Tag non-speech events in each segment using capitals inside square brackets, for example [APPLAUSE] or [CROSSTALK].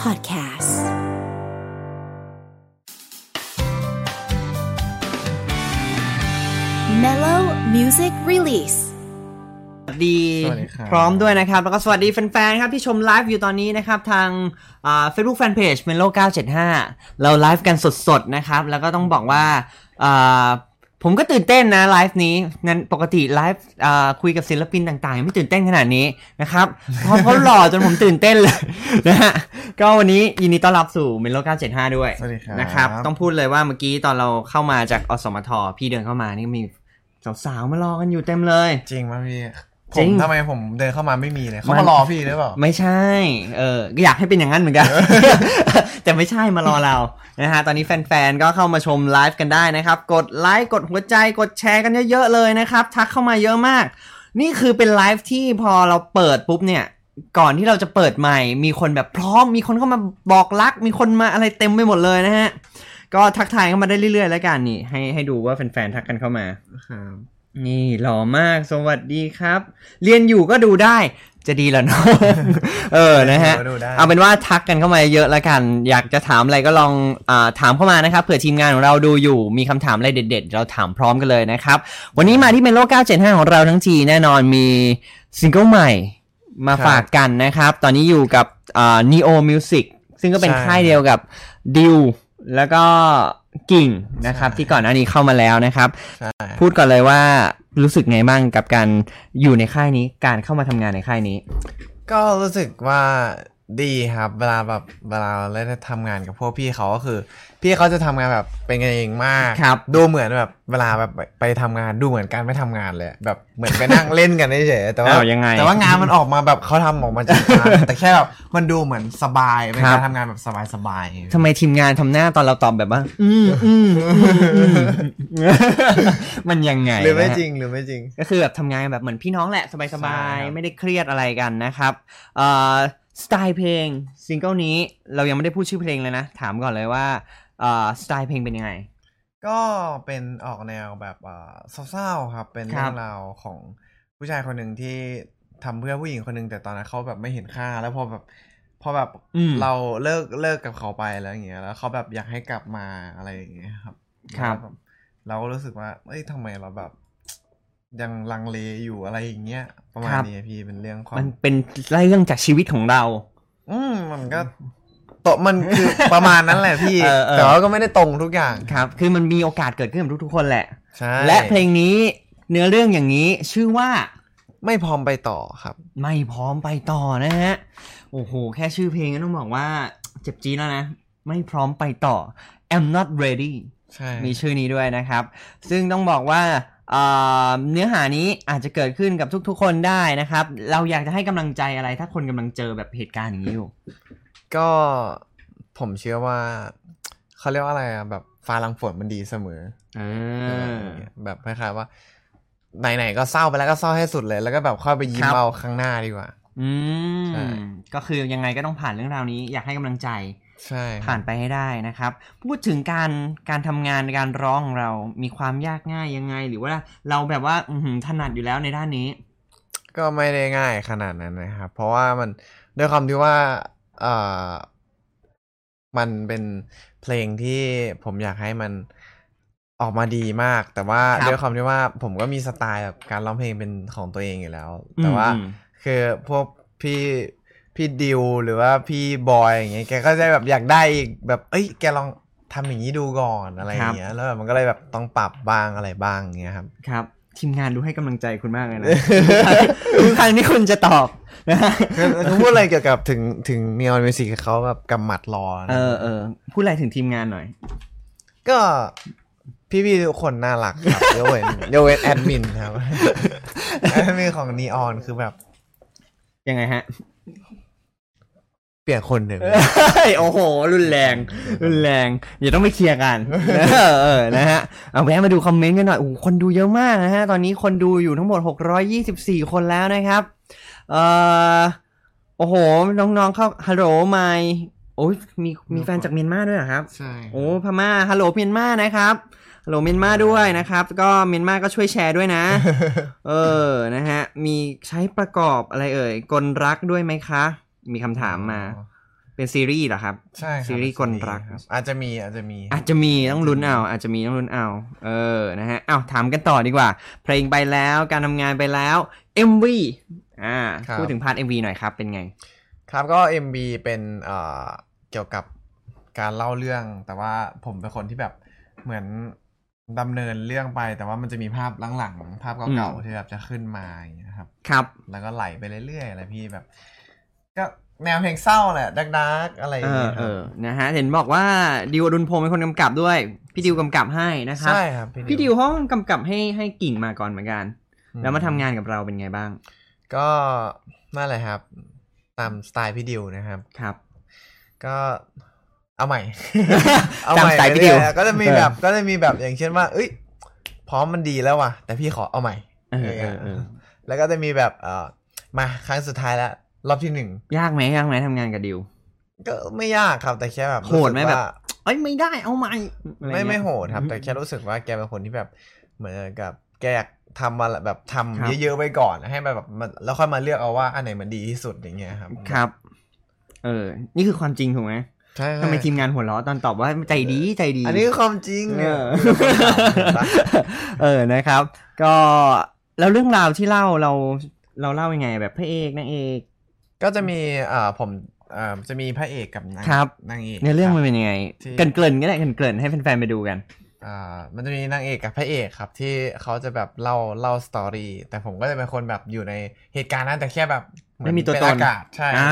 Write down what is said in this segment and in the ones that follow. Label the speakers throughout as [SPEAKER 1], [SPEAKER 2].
[SPEAKER 1] Podcast Mellow Music Release
[SPEAKER 2] สวัสดี
[SPEAKER 3] สวัสดีครับ
[SPEAKER 2] พร้อมด้วยนะครับ แล้วก็สวัสดีแฟนๆครับที่ชมไลฟ์อยู่ตอนนี้นะครับ ทางเฟซบุ๊กแฟนเพจเมโล975 เราไลฟ์กันสดๆนะครับ แล้วก็ต้องบอกว่าอ่าผมก็ตื่นเต้นนะไลฟ์นี้นั้นปกติไลฟ์อ่าคุยกับศิลปินต่างๆ ไม่ตื่นเต้นขนาดนี้นะครับ เพราะเขาหล่อจนผมตื่นเต้นเลยนะฮะก็วันนี้ยินดีต้อนรับสู่เมโล975 ด้วย
[SPEAKER 3] สวัสดีครับ
[SPEAKER 2] นะครับต้องพูดเลยว่าเมื่อกี้ตอนเราเข้ามาจากอสมทพี่เดินเข้ามานี่มีสาวๆมารอกันอยู่เต็มเลย
[SPEAKER 3] จริงป่ะพี่ผ
[SPEAKER 2] จริ
[SPEAKER 3] ม
[SPEAKER 2] ง
[SPEAKER 3] ทำไมผมเดินเข้ามาไม่มีเลยเขา
[SPEAKER 2] มั
[SPEAKER 3] มาน รอพี่หรือเปล่า
[SPEAKER 2] ไม่ใช่ เอออยากให้เป็นอย่างนั้นเหมือน [LAUGHS] กัน แต่ไม่ใช่มารอเรา นะฮะ ตอนนี้แฟนๆ ก็เข้ามาชมไลฟ์กันได้นะครับ กดไลค์ กดหัวใจ กดแชร์กันเยอะๆ เลยนะครับ ทักเข้ามาเยอะมาก นี่คือเป็นไลฟ์ที่พอเราเปิดปุ๊บเนี่ย ก่อนที่เราจะเปิดใหม่ มีคนแบบพร้อม มีคนเข้ามาบอกรัก มีคนมาอะไรเต็มไปหมดเลยนะฮะ ก็ทักทายเข้ามาได้เรื่อยๆ แล้วกันนี่ ให้ให้ดูว่าแฟนๆ ทักกันเข้ามา นี่หล่อมากสวัสดีครับ เรียนอยู่ก็ดูได้จะดีเหรอเนาะ เออนะฮะ
[SPEAKER 3] เรียนอยู่ก็ดูได้
[SPEAKER 2] เอาเป็นว่าทักกันเข้ามาเยอะละกัน อยากจะถามอะไรก็ลองอาถามเข้ามานะครับเผื่อทีมงานของเราดูอยู่มีคำถามอะไรเด็ดๆ เราถามพร้อมกันเลยนะครับ วันนี้มาที่เมโล975 ของเราทั้งทีแน่นอนมีซิงเกิลใหม่มา
[SPEAKER 3] ครับ
[SPEAKER 2] ฝากกันนะครับ ตอนนี้อยู่กับอ่า Neo Music ซึ่งก็เป็น
[SPEAKER 3] ใช่
[SPEAKER 2] ค่ายเดียวกับดิวแล้วก็กิ่งนะครับที่ก่อนหน้านี้เข้ามาแล้วนะครับ
[SPEAKER 3] ใช่
[SPEAKER 2] พูดก่อนเลยว่ารู้สึกไงบ้างกับการอยู่ในค่ายนี้การเข้ามาทำงานในค่ายนี้
[SPEAKER 3] ก็รู้สึกว่าดีครับ เวลาแบบเวลาเราได้ทำงานกับพวกพี่เขาก็คือ พี่เขาจะทำงานแบบเป็นกันเองมาก
[SPEAKER 2] ครับ
[SPEAKER 3] ดูเหมือนแบบเวลาแบบไปทำงานดูเหมือนการไม่ทำงานเลยแบบเหมือนไปนั่ง เล่นกันเฉยๆแต่ว่า
[SPEAKER 2] อ้าวยังไง
[SPEAKER 3] แต่ว่างานมันออกมาแบบเขาทำออกมาจากงาน แต่แค่แบบมันดูเหมือนสบายเป็น
[SPEAKER 2] ครับ
[SPEAKER 3] การทำงานแบบสบายๆ
[SPEAKER 2] ทำไมทีมงานทำหน้าตอนเราตอบแบบว่า อืมอืมอืมอืมมันยังไง
[SPEAKER 3] หรือไม่
[SPEAKER 2] นะฮะ
[SPEAKER 3] จริงหรือไม่จริง
[SPEAKER 2] ก็คือแบบทำงานแบบเหมือนพี่น้องแหละ ส
[SPEAKER 3] ใช่
[SPEAKER 2] บาย
[SPEAKER 3] ครั
[SPEAKER 2] ๆ
[SPEAKER 3] บ
[SPEAKER 2] ไม่ได้เครียดอะไรกันนะครับเอ่อสไตล์เพลงซิงเกิลนี้เรายังไม่ได้พูดชื่อเพลงเลยนะ ถามก่อนเลยว่าเอ่อสไตล์เพลงเป็นยังไง
[SPEAKER 3] ก็เป็นออกแนวแบบเอ่อเศร้าๆครับ เป็น
[SPEAKER 2] ครั
[SPEAKER 3] เรื่
[SPEAKER 2] บ
[SPEAKER 3] องราวของผู้ชายคนหนึ่งที่ทำเพื่อผู้หญิงคนหนึ่งแต่ตอนนั้นเขาแบบไม่เห็นค่า แล้วพอแบบพอแบบ
[SPEAKER 2] อืม
[SPEAKER 3] เราเลิกเลิกกับเขาไปแล้วอย่างเงี้ยแล้วเขาแบบอยากให้กลับมาอะไรอย่างเงี้ยครับ
[SPEAKER 2] ครับ
[SPEAKER 3] แล้วแเราก็รู้สึกว่าเอ้ยทำไมเราแบบ ยังลังเลอยู่อะไรอย่างเงี้ยประมาณนี้พี่เป็นเรื่องความ
[SPEAKER 2] มันเป็นเรื่องจากชีวิตของเรา
[SPEAKER 3] อืมมันก็โตะมันคือ ประมาณนั้นแหละพี่
[SPEAKER 2] เออเออ
[SPEAKER 3] แต่ว่าก็ไม่ได้ตรงทุกอย่าง
[SPEAKER 2] ครับคือมันมีโอกาสเกิดขึ้นกับทุกๆคนแหละ
[SPEAKER 3] ใช่
[SPEAKER 2] และเพลงนี้เนื้อเรื่องอย่างนี้ชื่อว่า
[SPEAKER 3] ไม่พร้อมไปต่อครับ
[SPEAKER 2] ไม่พร้อมไปต่อนะฮะ โอ้โห แค่ชื่อเพลงก็ต้องบอกว่าเจ็บจี๊ดแล้วนะ ไม่พร้อมไปต่อ I'm not ready
[SPEAKER 3] ใช่
[SPEAKER 2] มีชื่อนี้ด้วยนะครับ ซึ่งต้องบอกว่าเอ่อเนื้อหานี้อาจจะเกิดขึ้นกับทุกๆคนได้นะครับ เราอยากจะให้กำลังใจอะไรถ้าคนกำลังเจอแบบเหตุการณ์อย่างนี้อยู่
[SPEAKER 3] ก็ผมเชื่อว่า เขาเรียกว่าอะไรอะแบบฟ้าหลังฝนมันดีเสมอ
[SPEAKER 2] เออ
[SPEAKER 3] แบบคล้ายๆว่า ไหนๆก็เศร้าไปแล้วก็เศร้าให้สุดเลย แล้วก็แบบค่อยไปยิ้
[SPEAKER 2] ครั
[SPEAKER 3] ม
[SPEAKER 2] บ
[SPEAKER 3] เอาข้างหน้าดีกว่า
[SPEAKER 2] อืม
[SPEAKER 3] ใช่
[SPEAKER 2] ก็คือยังไงก็ต้องผ่านเรื่องราวนี้ อยากให้กำลังใจ
[SPEAKER 3] ใช่
[SPEAKER 2] ผ่านไปให้ได้นะครับ พูดถึงการการทำงานการร้องของเรา มีความยากง่ายยังไง หรือว่าเราแบบว่าอื้อหือถนัดอยู่แล้วในด้านนี้
[SPEAKER 3] ก็ไม่ได้ง่ายขนาดนั้นนะครับเพราะว่ามันด้วยความที่ว่าเอ่อมันเป็นเพลงที่ผมอยากให้มันออกมาดีมาก แต่ว่า
[SPEAKER 2] ครับ
[SPEAKER 3] ด้วยความที่ว่าผมก็มีสไตล์แบบการร้องเพลงเป็นของตัวเองอยู่แล้ว แต่ว่า
[SPEAKER 2] อืม
[SPEAKER 3] คือพวกพี่พี่ดิวหรือว่าพี่บอยอย่างเงี้ยแกก็จะแบบอยากได้อีกแบบเอ้ยแกลองทำอย่างนี้ดูก่อนอะไรอย่างเงี้ยแล้วแบบมันก็เลยแบบต้องปรับบ้างอะไรบ้างอย่างเงี้ยครับ
[SPEAKER 2] ครับ ทีมงานดูให้กำลังใจคุณมาก
[SPEAKER 3] [LAUGHS]
[SPEAKER 2] เลยนะ ทุกครั้งที่คุณจะตอบนะฮะ
[SPEAKER 3] คือพูดอะไรเกี่ยวกับถึ [LAUGHS] งถึงเนียนมิวสิกเขาแบบกำหมัดรอนะ
[SPEAKER 2] เออเออพูดอะไรถึงทีมงานหน่อย
[SPEAKER 3] ก็พี่พี่ๆทุกคนน่ารักครับ [LAUGHS] ยกเว้นยกเว้นแอดมินครับ [LAUGHS] แอดมินของนีออนคือแบบ
[SPEAKER 2] ยังไงฮะ
[SPEAKER 3] เปลี่ยนคนหนึ่ง
[SPEAKER 2] [LAUGHS] เฮ้ยโอ้โห รุนแรง รุนแรงอย่าต้องไปเคลียร์กัน [LAUGHS] เออเออนะฮะเอาแวะมาดูคอมเมนต์กันหน่อยโอ้โหคนดูเยอะมากนะฮะ ตอนนี้คนดูอยู่ทั้งหมด 624 คนแล้วนะครับ เอ่อโอ้โห น้องๆเข้าฮัลโหลไมโอ้ยมีมีแฟนจากเมียนมาด้วยเหรอครับ
[SPEAKER 3] ใช่
[SPEAKER 2] โอ้พม่าฮัลโหลเมียนมานะครับฮัลโหลเมียนมาด้วยนะครับ ก็เมียนมาก็ช่วยแชร์ด้วย [LAUGHS] นะ เออนะฮะมีใช้ประกอบอะไรเอ่ยกลรักด้วยไหมคะ มีคำถามมา เป็นซีรีส์เหรอครับ
[SPEAKER 3] ใช่ครับ
[SPEAKER 2] ซีรีส์คนรัก
[SPEAKER 3] ครับ อาจจะมีอาจจะมี
[SPEAKER 2] อาจจะมีต้องลุ้นเอา อาจจะมีต้องลุ้นเอา เออนะฮะเอาถามกันต่อดีกว่า เพลงไปแล้วการทำงานไปแล้ว MV อ่า
[SPEAKER 3] ครับ
[SPEAKER 2] พูดถึงพาร์ท MV หน่อยครับเป็นไง
[SPEAKER 3] ครับก็ MB เป็นเอ่อเกี่ยวกับการเล่าเรื่อง แต่ว่าผมเป็นคนที่แบบเหมือนดำเนินเรื่องไป แต่ว่ามันจะมีภาพหลังๆภาพเก่า
[SPEAKER 2] อืม
[SPEAKER 3] ๆที่แบบจะขึ้นมาอย่างเงี้ยครับ
[SPEAKER 2] ครับ
[SPEAKER 3] แล้วก็ไหลไปเรื่อยๆอะไรพี่แบบ ก็แนวเพลงเศร้าแหละดักดักๆอะไรอ
[SPEAKER 2] เอย่าง อ
[SPEAKER 3] เงี้ยค
[SPEAKER 2] เอ
[SPEAKER 3] รับ
[SPEAKER 2] อนะฮะเห็นบอกว่าดิวอดุลพงศ์เป็นคนกำกับด้วย พี่ดิวกำกับให้นะครับ
[SPEAKER 3] ใช่ครับ
[SPEAKER 2] พี่ดิวห้องกำกับให้ให้กิ่งมาก่อนเหมือนกัน
[SPEAKER 3] อื
[SPEAKER 2] แล้วมาทำงานกับเราเป็นไงบ้าง
[SPEAKER 3] ก็นั่นแหละครับ ตามสไตล์พี่ดิวนะครับ
[SPEAKER 2] ครับ
[SPEAKER 3] ก็เอาใหม่
[SPEAKER 2] ตามสไตล์พี่ดิว
[SPEAKER 3] ไปเรื่อยๆก็จะมี
[SPEAKER 2] เออ
[SPEAKER 3] แบบก็จะมีแบบอย่างเช่นว่า เอ้ย พร้อมมันดีแล้วว่ะ แต่พี่ขอเอาใหม่
[SPEAKER 2] เออเออเออ
[SPEAKER 3] แล้วก็จะมีแบบเออมาครั้งสุดท้ายแล้ว รอบที่หนึ่ง
[SPEAKER 2] ยากไหมยากไหมทำงานกับดิว
[SPEAKER 3] ก็ไม่ยากครับแต่แค่แบบ
[SPEAKER 2] โหดไหม
[SPEAKER 3] รู้สึ
[SPEAKER 2] แบ
[SPEAKER 3] ก
[SPEAKER 2] บ
[SPEAKER 3] ว่า
[SPEAKER 2] เอ้ยไม่ได้เอาใหม่อะร
[SPEAKER 3] ไม่
[SPEAKER 2] เงี้ย
[SPEAKER 3] ไม่โหดครับ
[SPEAKER 2] อืม
[SPEAKER 3] แต่แค่รู้สึกว่าแกเป็นคนที่แบบเหมือนกับแกอยากทำมาแบบทำ
[SPEAKER 2] ครับ
[SPEAKER 3] เยอะๆไว้ก่อนให้มันแบบมันแล้วค่อยมาเลือกเอาว่าอันไหนมันดีที่สุดอย่างเงี้ยครับ
[SPEAKER 2] ครับ เออ นี่คือความจริงถูกไหม
[SPEAKER 3] ใช่ๆ
[SPEAKER 2] ทำไมทีมงานหัวเราะตอนตอบว่าใจดีใจดี
[SPEAKER 3] อันนี้คือความจริง
[SPEAKER 2] เอ
[SPEAKER 3] เนี่ย
[SPEAKER 2] อ
[SPEAKER 3] เห็นปะ
[SPEAKER 2] เออนะครับ ก็แล้วเรื่องราวที่เล่าเราเราเล่ายังไง แบบพระเอกนางเอก
[SPEAKER 3] [LAUGHS] ก็จะมีเอ่อผมเอ่อจะมีพระเอกกับนาง
[SPEAKER 2] ครับ
[SPEAKER 3] นางเอก
[SPEAKER 2] เนื้อเรื่องมัน
[SPEAKER 3] คบ
[SPEAKER 2] เป็นยังไง
[SPEAKER 3] ที่
[SPEAKER 2] เกรินเกรินๆก็ได้เกรินเกรินๆให้แฟนๆไปดูกัน
[SPEAKER 3] อ่ามันจะมีนางเอกกับพระเอกครับที่เขาจะแบบเล่าเล่าสตอรี่แต่ผมก็จะเป็นคนแบบอยู่ในเหตุการณ์นั้นแต่แค่แบบเห
[SPEAKER 2] ไม่มีตัวตน
[SPEAKER 3] เป็อากาศใช่
[SPEAKER 2] อ่า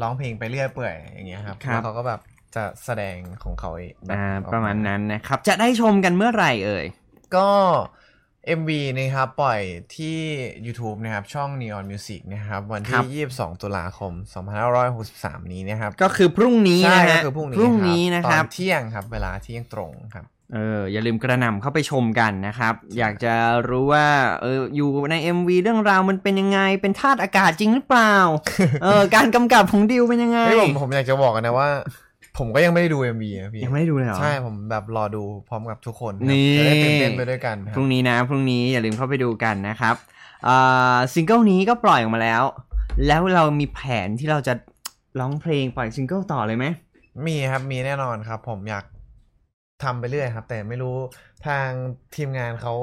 [SPEAKER 3] ร้องเพลงไปเรื่อยเปื่อยอย่างเงี้ยครับ
[SPEAKER 2] ครับ
[SPEAKER 3] แล้วเขาก็แบบจะแสดงของเขาเองแบบ
[SPEAKER 2] อ่า
[SPEAKER 3] ออก
[SPEAKER 2] ประมาณนั้นนะครับ จะได้ชมกันเมื่อไหร่เอ่ย
[SPEAKER 3] ก็ MV นะครับ ปล่อยที่ YouTube นะครับช่อง Neon Music นะครับ วัน
[SPEAKER 2] ครั
[SPEAKER 3] ที่
[SPEAKER 2] บ
[SPEAKER 3] ยี่สิบสองตุลาคม 2563 นี้นะครับ
[SPEAKER 2] ก็คือพรุ่งนี้
[SPEAKER 3] ใช่
[SPEAKER 2] นะ
[SPEAKER 3] ก็
[SPEAKER 2] ฮะ
[SPEAKER 3] คือพรุ่งนี้
[SPEAKER 2] นะ
[SPEAKER 3] ต
[SPEAKER 2] ค
[SPEAKER 3] อ
[SPEAKER 2] รับ
[SPEAKER 3] นเที่ยงครับ เวลาเที่ยงตรงครับ
[SPEAKER 2] เอออย่าลืมกระหน่ำเข้าไปชมกันนะครับ อยากจะรู้ว่าเอออยู่ใน MV เรื่องราวมันเป็นยังไง เป็นธาตุอากาศจริงหรือเป
[SPEAKER 3] [LAUGHS]
[SPEAKER 2] ล่า เออการกำกับของดิวเป็นยังไง
[SPEAKER 3] เฮ้ยผมผมอยากจะบอกกันนะว่า ผมก็ยังไม่ได้ดู MV นะพี่
[SPEAKER 2] ยังไม่ได้ดูเลยเหรอ
[SPEAKER 3] ใช่ผมแบบรอดูพร้อมกับทุกคนครับ
[SPEAKER 2] นี่
[SPEAKER 3] จะได้ตื่นเต้นไปด้วยกันค
[SPEAKER 2] พ
[SPEAKER 3] รับ
[SPEAKER 2] รุ่งนี้นะพรุ่งนี้อย่าลืมเข้าไปดูกันนะครับอ่าซิงเกิลนี้ก็ปล่อยออกมาแล้ว แล้วเรามีแผนที่เราจะร้องเพลงปล่อยซิงเกิลต่อเลยไหม
[SPEAKER 3] มีครับมีแน่นอนครับ ผมอยากทำไปเรื่อยครับ แต่ไม่รู้ทางทีมงานเขา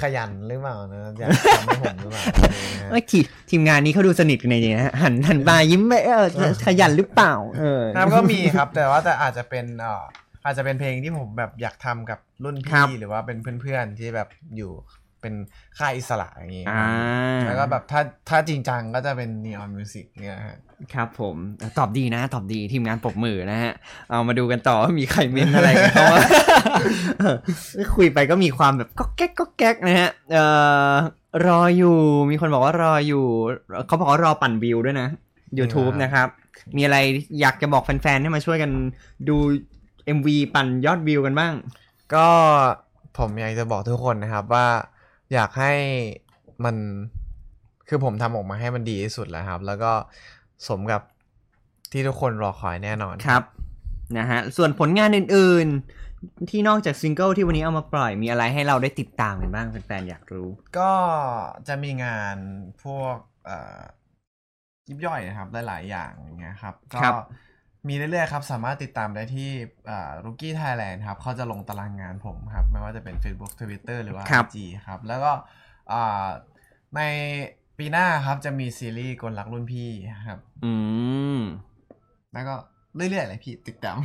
[SPEAKER 3] ขยันหรือเปล่านะอยากทำให้ผมหรือเปล่าอะไรอย่างเงี้ยนะ
[SPEAKER 2] เอ้ยทีทีมงานนี้เขาดูสนิทกันในนี้นะหันหันมายิ้มไปเออขยันหรือเปล่า เออ
[SPEAKER 3] ครับก็มีครับ แต่ว่าแต่อาจจะเป็นเอ่ออาจจะเป็นเพลงที่ผมแบบอยากทำกับรุ่น
[SPEAKER 2] ครับ
[SPEAKER 3] พี่หรือว่าเป็นเพื่อนๆที่แบบอยู่เป็นค่ายอิสระอย่างงี้ค
[SPEAKER 2] อ่า
[SPEAKER 3] รับ แล้วก็แบบถ้าถ้าจริงจังก็จะเป็น Neon Music เนี่ยฮะ
[SPEAKER 2] ครับผมตอบดีนะ ตอบดีทีมงานปรบมือนะฮะ เอามาดูกันต่อว่ามีใครเม้นอะไรกันเขาว่า เออ [LAUGHS] คุยไปก็มีความแบบก็แก๊กก็แก๊กนะฮะเออรออยู่มีคนบอกว่ารออยู่ เขาบอกว่ารอปั่นวิวด้วยนะ YouTube
[SPEAKER 3] จริงเหรอ
[SPEAKER 2] นะครับ มีอะไรอยากจะบอกแฟนๆให้มาช่วยกันดู MV ปั่นยอดวิวกันบ้าง
[SPEAKER 3] ก็ผมอยากจะบอกทุกคนนะครับว่าอยากให้มันคือผมทำออกมาให้มันดีที่สุดแล้วครับ แล้วก็สมกับที่ทุกคนรอคอยแน่นอน
[SPEAKER 2] ครับนะฮะส่วนผลงานอื่นๆ ที่นอกจากซิงเกิลที่วันนี้เอามาปล่อยมีอะไรให้เราได้ติดตามกันบ้างแฟนๆอยากรู้
[SPEAKER 3] ก็จะมีงานพวกเอ่อยิบย่อยนะครับ หลาย ๆ อย่างอย่างเงี้ยครับ ก็
[SPEAKER 2] ครับ
[SPEAKER 3] มีเรื่อย ๆ ครับ สามารถติดตามได้ที่รุกี้ไทยแลนด์ครับเขาจะลงตารางงานผมครับ ไม่ว่าจะเป็น Facebook Twitter หรือว่า
[SPEAKER 2] ครับ
[SPEAKER 3] IG ครับ แล้วก็อ่าในปีหน้าครับจะมีซีรีส์กลรักรุ่นพี่ครับ
[SPEAKER 2] อืม
[SPEAKER 3] แล้วก็เรื่อย ๆ เลยพี่ติดตาม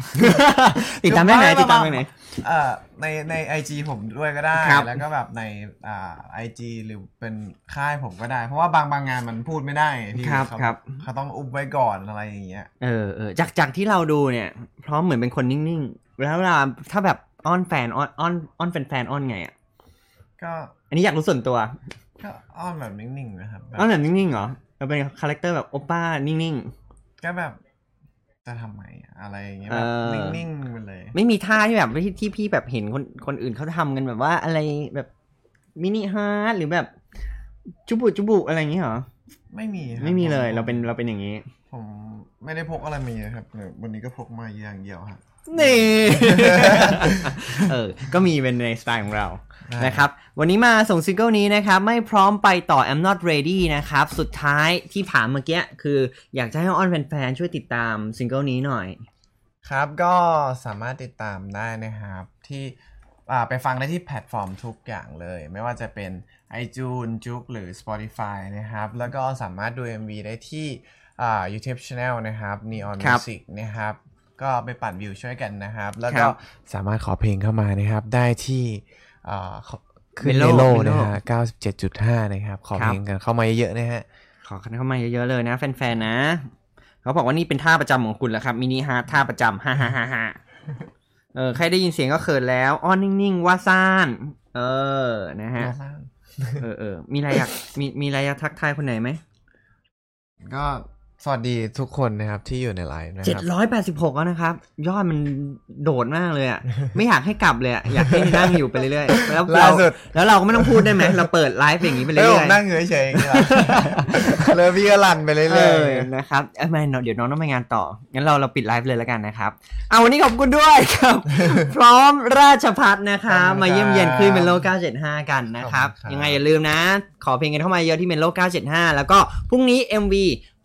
[SPEAKER 2] ติดตามได้ไหน
[SPEAKER 3] ไม่ไม่
[SPEAKER 2] ติดตามได้ไหน
[SPEAKER 3] เอ่อในในไอจผมด้วยก็ได้
[SPEAKER 2] ครับ
[SPEAKER 3] แล้วก็แบบในอ่าไอจหรือเป็นค่ายผมก็ได้ เพราะว่าบางบางงานมันพูดไม่ได้ไงพี่
[SPEAKER 2] ครับ
[SPEAKER 3] เขา
[SPEAKER 2] ครับ
[SPEAKER 3] เขาต้องอุบไว้ก่อนอะไรอย่างเงี้ย
[SPEAKER 2] เออเออจากจากที่เราดูเนี่ย พร้อมเหมือนเป็นคนนิ่งๆ แล้วเวลาถ้าแบบอ้อนแฟนอ้อนอ้อนอ้อนแฟนๆอ้อนไงอ่ะ
[SPEAKER 3] ก็
[SPEAKER 2] อันนี้อยากรู้ส่วนตัว
[SPEAKER 3] ก็อ้อนแบบนิ่งๆนะครับแบบ
[SPEAKER 2] อ้อนแบบนิ่งๆเหรอเราเป็นคาแรคเตอร์แบบโอป้านิ่ง
[SPEAKER 3] ก็แบบจะทำไมอะไรอย่างเงี้ย
[SPEAKER 2] เอ
[SPEAKER 3] แบบ
[SPEAKER 2] อ
[SPEAKER 3] นิ่งๆไปเลย
[SPEAKER 2] ๆ ไม่มีท่าที่แบบที่ที่พี่แบบเห็นคนคนอื่นเขาทำกันแบบว่าอะไรแบบมินิฮาร์ทหรือแบบจุบุจุบุอะไรอย่างเงี้ยเหรอ
[SPEAKER 3] ไม่มีคบ
[SPEAKER 2] ไม่มีเลย
[SPEAKER 3] ผ
[SPEAKER 2] เราเป็นเราเป็นอย่างนี้
[SPEAKER 3] ผมไม่ได้พกอะไรมาเยอะครับเดี๋ยววันนี้ก็พกมาอย่างเดียวครับ
[SPEAKER 2] นี่ เออ ก็มีเป็นในสไตล์ของเรา นะครับ วันนี้มาส่งซิงเกิลนี้นะครับ ไม่พร้อมไปต่อ I'm not ready นะครับ สุดท้ายที่ถามเมื่อกี้คืออยากจะให้อ้อนแฟนๆ ช่วยติดตามซิงเกิลนี้หน่อย
[SPEAKER 3] ครับก็สามารถติดตามได้นะครับ ที่อ่าไปฟังได้ที่แพลตฟอร์มทุกอย่างเลย ไม่ว่าจะเป็น iTunes จุกหรือ Spotify นะครับ แล้วก็สามารถดู MV ได้ที่อ่า YouTube Channel นะครับ Neon
[SPEAKER 2] ครับ
[SPEAKER 3] Music นะครับ ก็ไปปั่นวิวช่วยกันนะครับ แล้ว
[SPEAKER 2] ค
[SPEAKER 3] ก็
[SPEAKER 2] รับ
[SPEAKER 3] สามารถขอเพลงเข้ามานะครับ ได้ที่อ่าขอขึ้นเม
[SPEAKER 2] Melo
[SPEAKER 3] โล
[SPEAKER 2] Melo
[SPEAKER 3] นะฮะ97.5 นะครับ ขอ
[SPEAKER 2] ครั
[SPEAKER 3] เพ
[SPEAKER 2] บ
[SPEAKER 3] ลงกันเข้ามาเยอะๆนะฮะ
[SPEAKER 2] ขอกันเข้ามาเยอะๆเลยนะแฟนๆ นะ เขาบอกว่านี่เป็นท่าประจำของคุณแล้วครับ มินิฮาร์ทท่าประจำฮ่าฮ่าฮ่าฮ่าเออ ใครได้ยินเสียงก็เขินแล้ว อ้อนนิ่งๆ ว่าซ่าน เออ นะฮะ เออเออมีอะไรอยากมีมีอะไรอยากทักทายคนไหนไหม
[SPEAKER 3] ก็สวัสดีทุกคนนะครับที่อยู่ในไลฟ์นะค
[SPEAKER 2] เจ็ด
[SPEAKER 3] รับ
[SPEAKER 2] ร้อยแปดสิบหกแล้วนะครับ ยอดมันโดดมากเลยอ่ะ [LAUGHS] ไม่อยากให้กลับเลยอ่ะ อยากให้นั่งอยู่ไปเรื่อยๆแล้วเรา
[SPEAKER 3] ล่าสุด
[SPEAKER 2] แล้วเราก็ไม่ต้องพูดได้ไหมเราเปิดไลฟ์อย่างนี้ไป
[SPEAKER 3] เอ
[SPEAKER 2] เรื่
[SPEAKER 3] อผ
[SPEAKER 2] อ
[SPEAKER 3] ม
[SPEAKER 2] ย
[SPEAKER 3] นั่งอยู่เฉยๆอย่างเงี้ยเหรอ [LAUGHS] เลยพี่ก็ลั่นไปเรื่
[SPEAKER 2] เอ
[SPEAKER 3] อย
[SPEAKER 2] อนะครับเอ้ยไม่เดี๋ยวน้องต้องไปงานต่อ งั้นเราเราปิดไลฟ์เลยแล้วกันนะครับเอาวันนี้ขอบคุณด้วย
[SPEAKER 3] [LAUGHS]
[SPEAKER 2] ครับ พร้อมราชพัฒนะครับมาเยี่ยมเยียนคลื่นเมโล 975 กันนะครับ
[SPEAKER 3] ขอบคุณครับ
[SPEAKER 2] ยังไงอย่าลืมนะ ขอเพลงกันเข้ามาเยอะที่เมโล 975 แล้วก็พรุ่งนี้ MV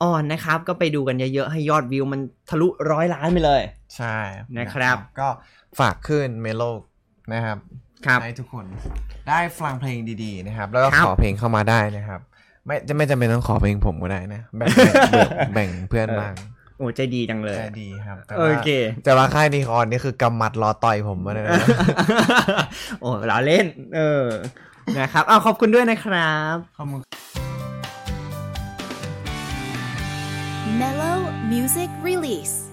[SPEAKER 2] ออนนะครับก็ไปดูกันเยอะๆให้ยอดวิวมันทะลุร้อยล้านไปเลย
[SPEAKER 3] ใช่
[SPEAKER 2] นะครับ
[SPEAKER 3] ก็ฝากขึ้นเมโลนะครับ
[SPEAKER 2] ครับ
[SPEAKER 3] ให้ทุกคนได้ฟังเพลงดีๆนะครับ แล้วก็
[SPEAKER 2] ครับ
[SPEAKER 3] ขอเพลงเข้ามาได้นะครับ ไม่จะไม่จำเป็นต้องขอเพลงผมก็ได้นะแบ่งแบ่งแบ่ง [LAUGHS] เพื่อนบ้าง
[SPEAKER 2] โอ้ใจดีจังเลย
[SPEAKER 3] ใจดีครับแต่
[SPEAKER 2] โอ
[SPEAKER 3] ว่า [LAUGHS]
[SPEAKER 2] เค
[SPEAKER 3] แต่ว่าค่ายดีคอนนี่คือกำมัดรอต่อยผมมาเลยนะ
[SPEAKER 2] โอ้เราเล่น เออ นะครับเอาขอบคุณด้วยนะครับ
[SPEAKER 1] Mellow Music Release.